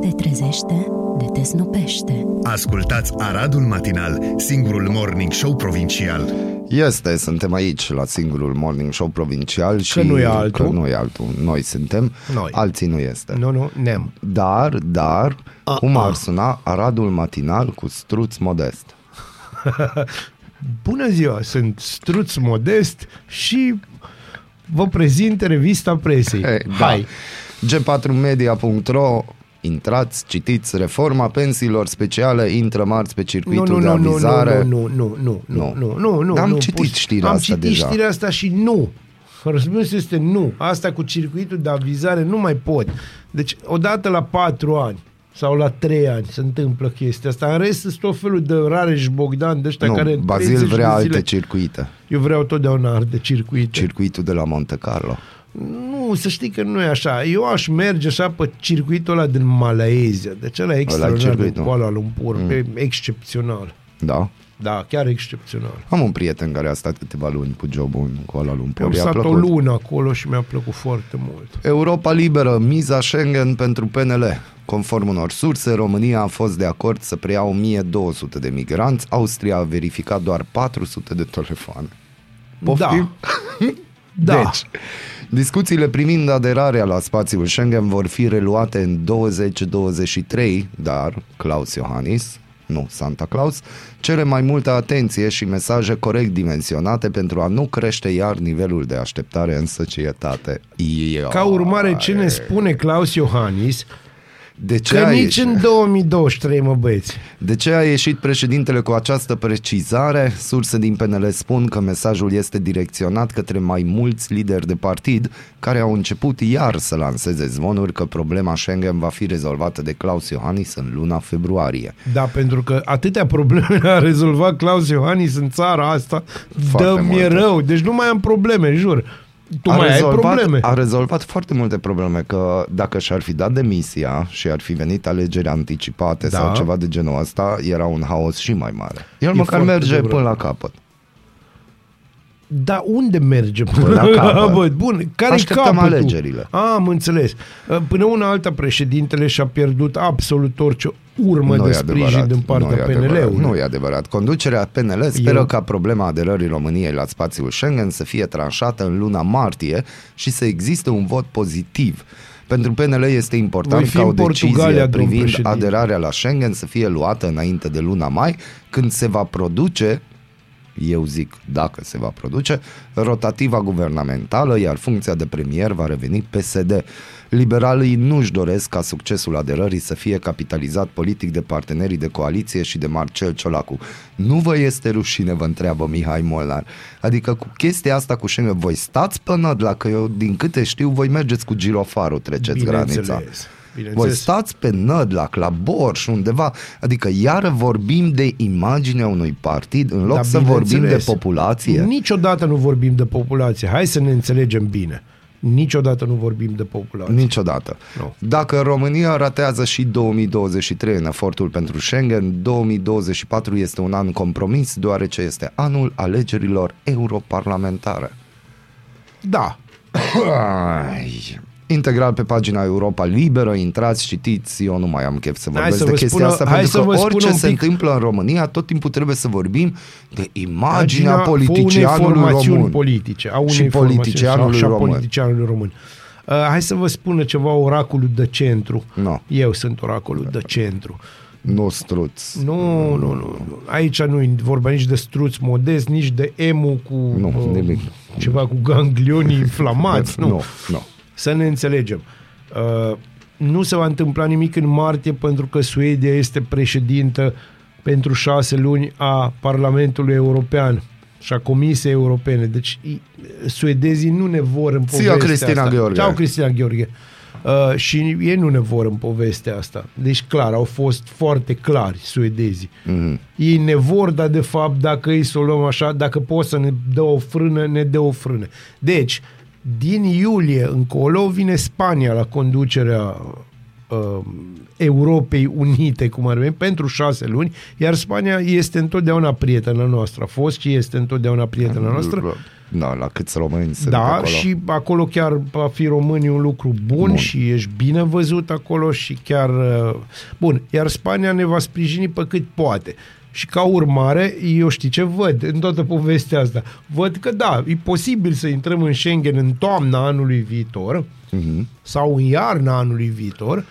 Te trezește, de te snopește
Ascultați Aradul Matinal, singurul morning show provincial.
Este, suntem aici la singurul morning show provincial și
nu e
Că
altul.
nu e altul. Noi suntem,
Noi.
alții nu este.
Nu, nu, nem.
Dar, dar,
A,
cum
a.
ar suna Aradul matinal cu struț modest?
Bună ziua, sunt Struț Modest și vă prezint revista presei.
Ei,
Hai!
Da. g4media.ro Intrați, citiți reforma pensiilor speciale, intră marți pe
Nu,
circuitul
nu,
de
nu, nu, nu,
avizare.
nu, nu, nu, nu, nu, nu, nu.
Dar am
nu,
citit
pus-
știrea
Am
asta
citit
deja.
știrea asta și nu. Răspunsul este nu. Asta cu circuitul de avizare nu mai pot. Deci, odată la patru ani sau la trei ani se întâmplă chestia asta. În rest, sunt tot felul de Rareș Bogdan, de ăștia
Nu,
care... în
Bazil
30 de
vrea
zile-
alte circuite.
Eu vreau totdeauna alte circuite.
Circuitul de la Monte Carlo.
Nu, să știi că nu e așa. Eu aș merge așa pe circuitul ăla din Malaezia. Deci ăla e extraordinar
circuit,
de
nu?
Kuala Lumpur. Mm. E excepțional.
Da?
Da, chiar excepțional.
Am un prieten care a stat câteva luni cu jobul în Kuala
Eu
Lumpur.
am
I-a
stat o
plăcut.
lună acolo și mi-a plăcut foarte mult.
Europa liberă, miza Schengen pentru PNL. Conform unor surse, România a fost de acord să preia 1200 de migranți, Austria a verificat doar 400 de telefoane. Poftim?
Da. da.
Deci, discuțiile privind aderarea la spațiul Schengen vor fi reluate în 2023, dar Claus Iohannis, nu Santa Claus, cere mai multă atenție și mesaje corect dimensionate pentru a nu crește iar nivelul de așteptare în societate. Ia.
Ca urmare, ce ne spune Claus Iohannis?
De ce,
Că
a
nici
ieșit,
în 2023, mă băieți.
de ce a ieșit președintele cu această precizare? Surse din PNL spun că mesajul este direcționat către mai mulți lideri de partid care au început iar să lanseze zvonuri că problema Schengen va fi rezolvată de Claus Iohannis în luna februarie.
Da, pentru că atâtea probleme a rezolvat Claus Iohannis în țara asta,
Foarte
dă-mi
multe.
rău. Deci nu mai am probleme, jur. Tu mai ai probleme.
A rezolvat foarte multe probleme, că dacă și-ar fi dat demisia și ar fi venit alegeri anticipate
Da.
sau ceva de genul ăsta, era un haos și mai mare. El măcar
foarte
merge
adevărat.
până la capăt.
Dar unde merge până
la capăt.
Bă, *laughs* bun, care
Așteptăm
capătul?
alegerile.
A, am înțeles. Ă, Până una alta, președintele și-a pierdut absolut orice urmă de
e
sprijin
adevărat,
din partea
nu e
PNL-ului.
Adevărat, nu e adevărat. Conducerea PNL speră
Eu-
ca problema aderării României la spațiul Schengen să fie tranșată în luna martie și să existe un vot pozitiv. Pentru PNL este important
Voi fi
ca
în
o decizie
Portugalia, domn
privind
președinte.
aderarea la Schengen să fie luată înainte de luna mai, când se va produce eu zic dacă se va produce, rotativa guvernamentală, iar funcția de premier va reveni PSD. Liberalii nu-și doresc ca succesul aderării să fie capitalizat politic de partenerii de coaliție și de Marcel Ciolacu. Nu vă este rușine, vă întreabă Mihai Molnar. Adică cu chestia asta cu Schengen, voi stați până la că eu, din câte știu, voi mergeți cu girofarul, treceți
Bineînțeles,
granița. Voi
bineînțeles.
stați pe Nădlac, la Borș, undeva, adică iară vorbim de imaginea unui partid în loc
Dar
să vorbim de
Da, bineînțeles,
populație.
Niciodată nu vorbim de populație. Hai să ne înțelegem bine. Niciodată nu vorbim de populație.
Niciodată.
Nu.
Dacă România ratează și 2023 în efortul pentru Schengen, 2024 este un an compromis, deoarece este anul alegerilor europarlamentare.
Da.
Ai. Integral pe pagina Europa Liberă, intrați, citiți, eu nu mai am chef să
Hai
vorbesc
să
de
vă
chestia
spună-
asta,
hai
pentru
să vă
că
spun
orice
un
se
pic.
întâmplă în România, tot timpul trebuie să vorbim de imaginea
Pagina
politicianului
formațiuni
român.
politice. A unei
și
formațiuni
politicianului
sau- și a
român.
politicianului român. Uh, hai să vă spună ceva oracolul de centru.
Nu.
Eu sunt oracolul de centru.
Nu struț.
Nu, nu, nu. Aici nu e vorba nici de struț modest, nici de emu cu uh,
Nu, nimic.
ceva cu
*laughs*
ganglionii inflamați. Nu.
Nu, nu.
Să ne înțelegem. Uh, nu se va întâmpla nimic în martie pentru că Suedia este președintă pentru șase luni a Parlamentului European și a Comisiei Europene. Deci i- suedezii nu ne vor în povestea
Cristina
asta.
Gheorghe.
Ceau, Cristina Gheorghe. Uh, și ei nu ne vor în povestea asta. Deci clar, au fost foarte clari suedezii. Mm-hmm. Ei ne vor, dar de fapt dacă ei să o luăm așa, dacă pot să ne dă o frână, ne dă o frână. Deci, din iulie încolo vine Spania la conducerea uh, Europei Unite, cum ar veni, pentru șase luni, iar Spania este întotdeauna prietena noastră. A fost și este întotdeauna prietena noastră.
Da, la câți români sunt
Da,
acolo.
și acolo chiar a fi românii un lucru bun, bun și ești bine văzut acolo și chiar... uh, Bun, iar Spania ne va sprijini pe cât poate. Și ca urmare, eu știi ce văd în toată povestea asta? Văd că da, e posibil să intrăm în Schengen în toamna anului viitor
Mhm.
sau în iarna anului viitor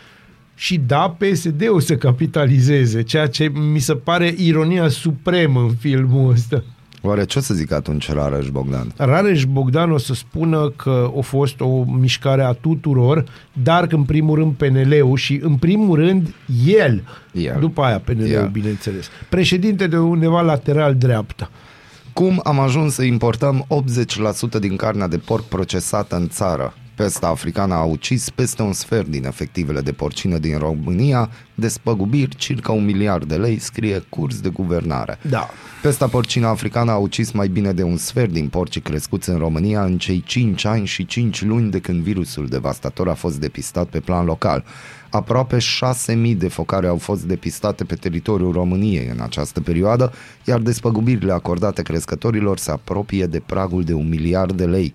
și da, PSD-ul să capitalizeze, ceea ce mi se pare ironia supremă în filmul ăsta.
Oare ce o să zic atunci Rareș Bogdan?
Rareș Bogdan o să spună că a fost o mișcare a tuturor, dar că în primul rând PNL-ul și în primul rând el.
El.
După aia PNL-ul,
El.
bineînțeles. Președinte de undeva lateral dreapta.
Cum am ajuns să importăm 80% din carnea de porc procesată în țară? Pesta africană a ucis peste un sfert din efectivele de porcină din România, despăgubiri circa un miliard de lei, scrie curs de guvernare.
Da.
Pesta porcină africană a ucis mai bine de un sfert din porcii crescuți în România în cei 5 ani și 5 luni de când virusul devastator a fost depistat pe plan local. Aproape 6.000 de focare au fost depistate pe teritoriul României în această perioadă, iar despăgubirile acordate crescătorilor se apropie de pragul de un miliard de lei.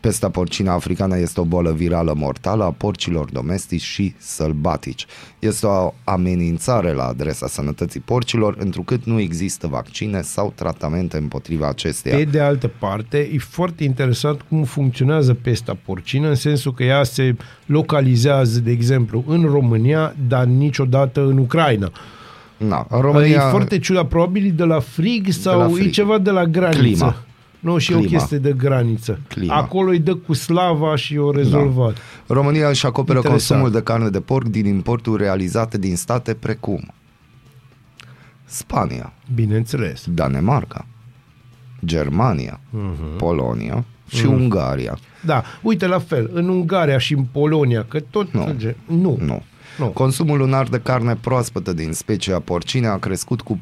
Pesta porcina africană este o boală virală mortală a porcilor domestici și sălbatici. Este o amenințare la adresa sănătății porcilor, întrucât nu există vaccine sau tratamente împotriva acesteia.
Pe de altă parte, e foarte interesant cum funcționează pesta porcină, în sensul că ea se localizează, de exemplu, în România, dar niciodată în Ucraina.
Na,
România...
în România,
Păi, E foarte ciudat, probabil de la frig sau
la
la frig.
frig.
e ceva de la graniță.
Clima.
Nu, și e o
Clima.
chestie de graniță.
Clima.
Acolo îi dă cu slava și o rezolvat. Da.
România își acoperă
Interesant.
consumul de carne de porc din importuri realizate din state precum Spania,
Bineînțeles.
Danemarca, Germania,
Mhm.
Polonia și Ungaria.
Da, uite la fel, în Ungaria și în Polonia, că tot...
Nu.
merge- Nu.
Nu.
Nu.
Consumul lunar de carne proaspătă din specia porcine a crescut cu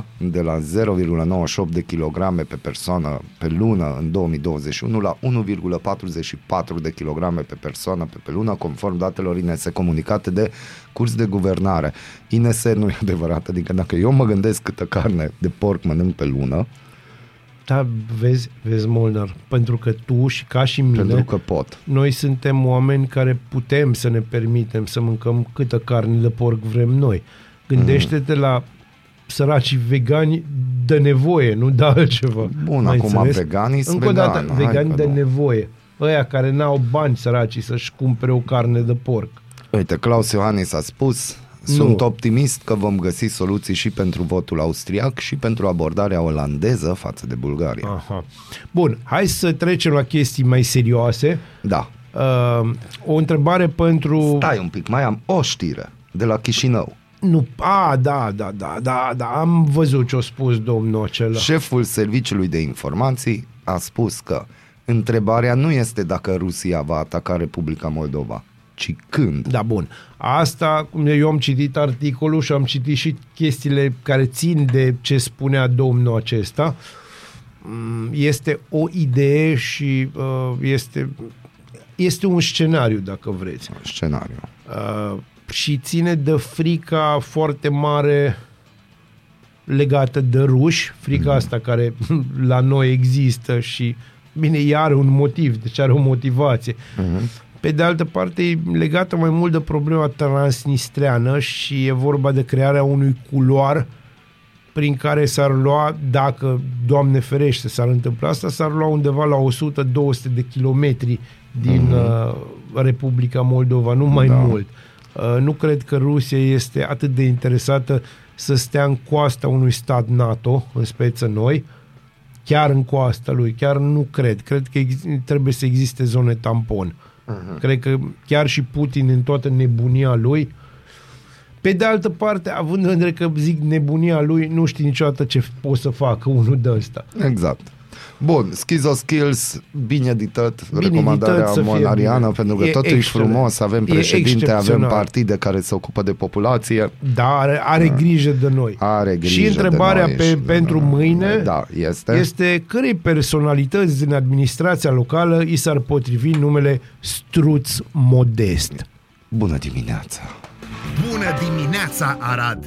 40% de la 0,98 de kilograme pe persoană pe lună în 2021 la 1,44 de kilograme pe persoană pe, pe lună, conform datelor INS comunicate de curs de guvernare. INS nu e adevărat, adică dacă eu mă gândesc câtă carne de porc mănânc pe lună,
Da, vezi, vezi, Molnar, pentru că tu și ca și mine...
pentru că pot.
noi suntem oameni care putem să ne permitem să mâncăm câtă carne de porc vrem noi.
Mhm.
Gândește-te la săracii vegani de nevoie, nu de altceva.
Bun,
Ai
acum
înțeles?
veganii sunt
Încă o dată,
vegani, hai
vegani
că da.
de
nu.
nevoie. Ăia care n-au bani săracii să-și cumpere o carne de porc.
Uite, Claus Iohannis a spus sunt
Nu.
optimist că vom găsi soluții și pentru votul austriac și pentru abordarea olandeză față de Bulgaria. Ah.
Aha. Bun, hai să trecem la chestii mai serioase.
Da.
Uh, o întrebare pentru...
Stai un pic, mai am o știre de la Chișinău.
Nu, a, da, da, da, da, da, am văzut ce-a spus domnul acela.
Da. Șeful Serviciului de Informații a spus că întrebarea nu este dacă Rusia va ataca Republica Moldova, ci când.
Da, bun. Asta, cum eu am citit articolul și am citit și chestiile care țin de ce spunea domnul acesta, Mm, este o idee și uh, este, este un scenariu, dacă vreți.
Scenariu.
Uh, și ține de frica foarte mare legată de ruși, frica asta care *laughs* la noi există și, bine, ea are un motiv, deci are o motivație. Pe de altă parte, e legată mai mult de problema transnistreană și e vorba de crearea unui culoar prin care s-ar lua, dacă, Doamne ferește, s-ar întâmpla asta, s-ar lua undeva la 100-200 de kilometri din uh, Republica Moldova, nu mai
Da.
mult. Uh, Nu cred că Rusia este atât de interesată să stea în coasta unui stat NATO, în speță noi, chiar în coasta lui, chiar nu cred. Cred că ex- trebuie să existe zone tampon. Uh-huh. Cred că chiar și Putin, în toată nebunia lui, pe de altă parte, având în vedere că zic nebunia lui, nu știi niciodată ce poți să facă unul de ăsta.
Exact. Bun, Schizo Skills, bine editat,
Bine
recomandarea
editat să fie
monariană,
bine.
pentru că
E
totul e
excelent.
frumos, avem
E
președinte, avem
excepțional.
partide care se ocupă de populație.
Dar Da, are, are grijă de noi.
Da. Are grijă
și întrebarea
de noi
pe,
și-
pentru mâine
Da, este.
este cărei personalități din administrația locală i s-ar potrivi numele Struț Modest.
Bună dimineața!
Bună dimineața, Arad!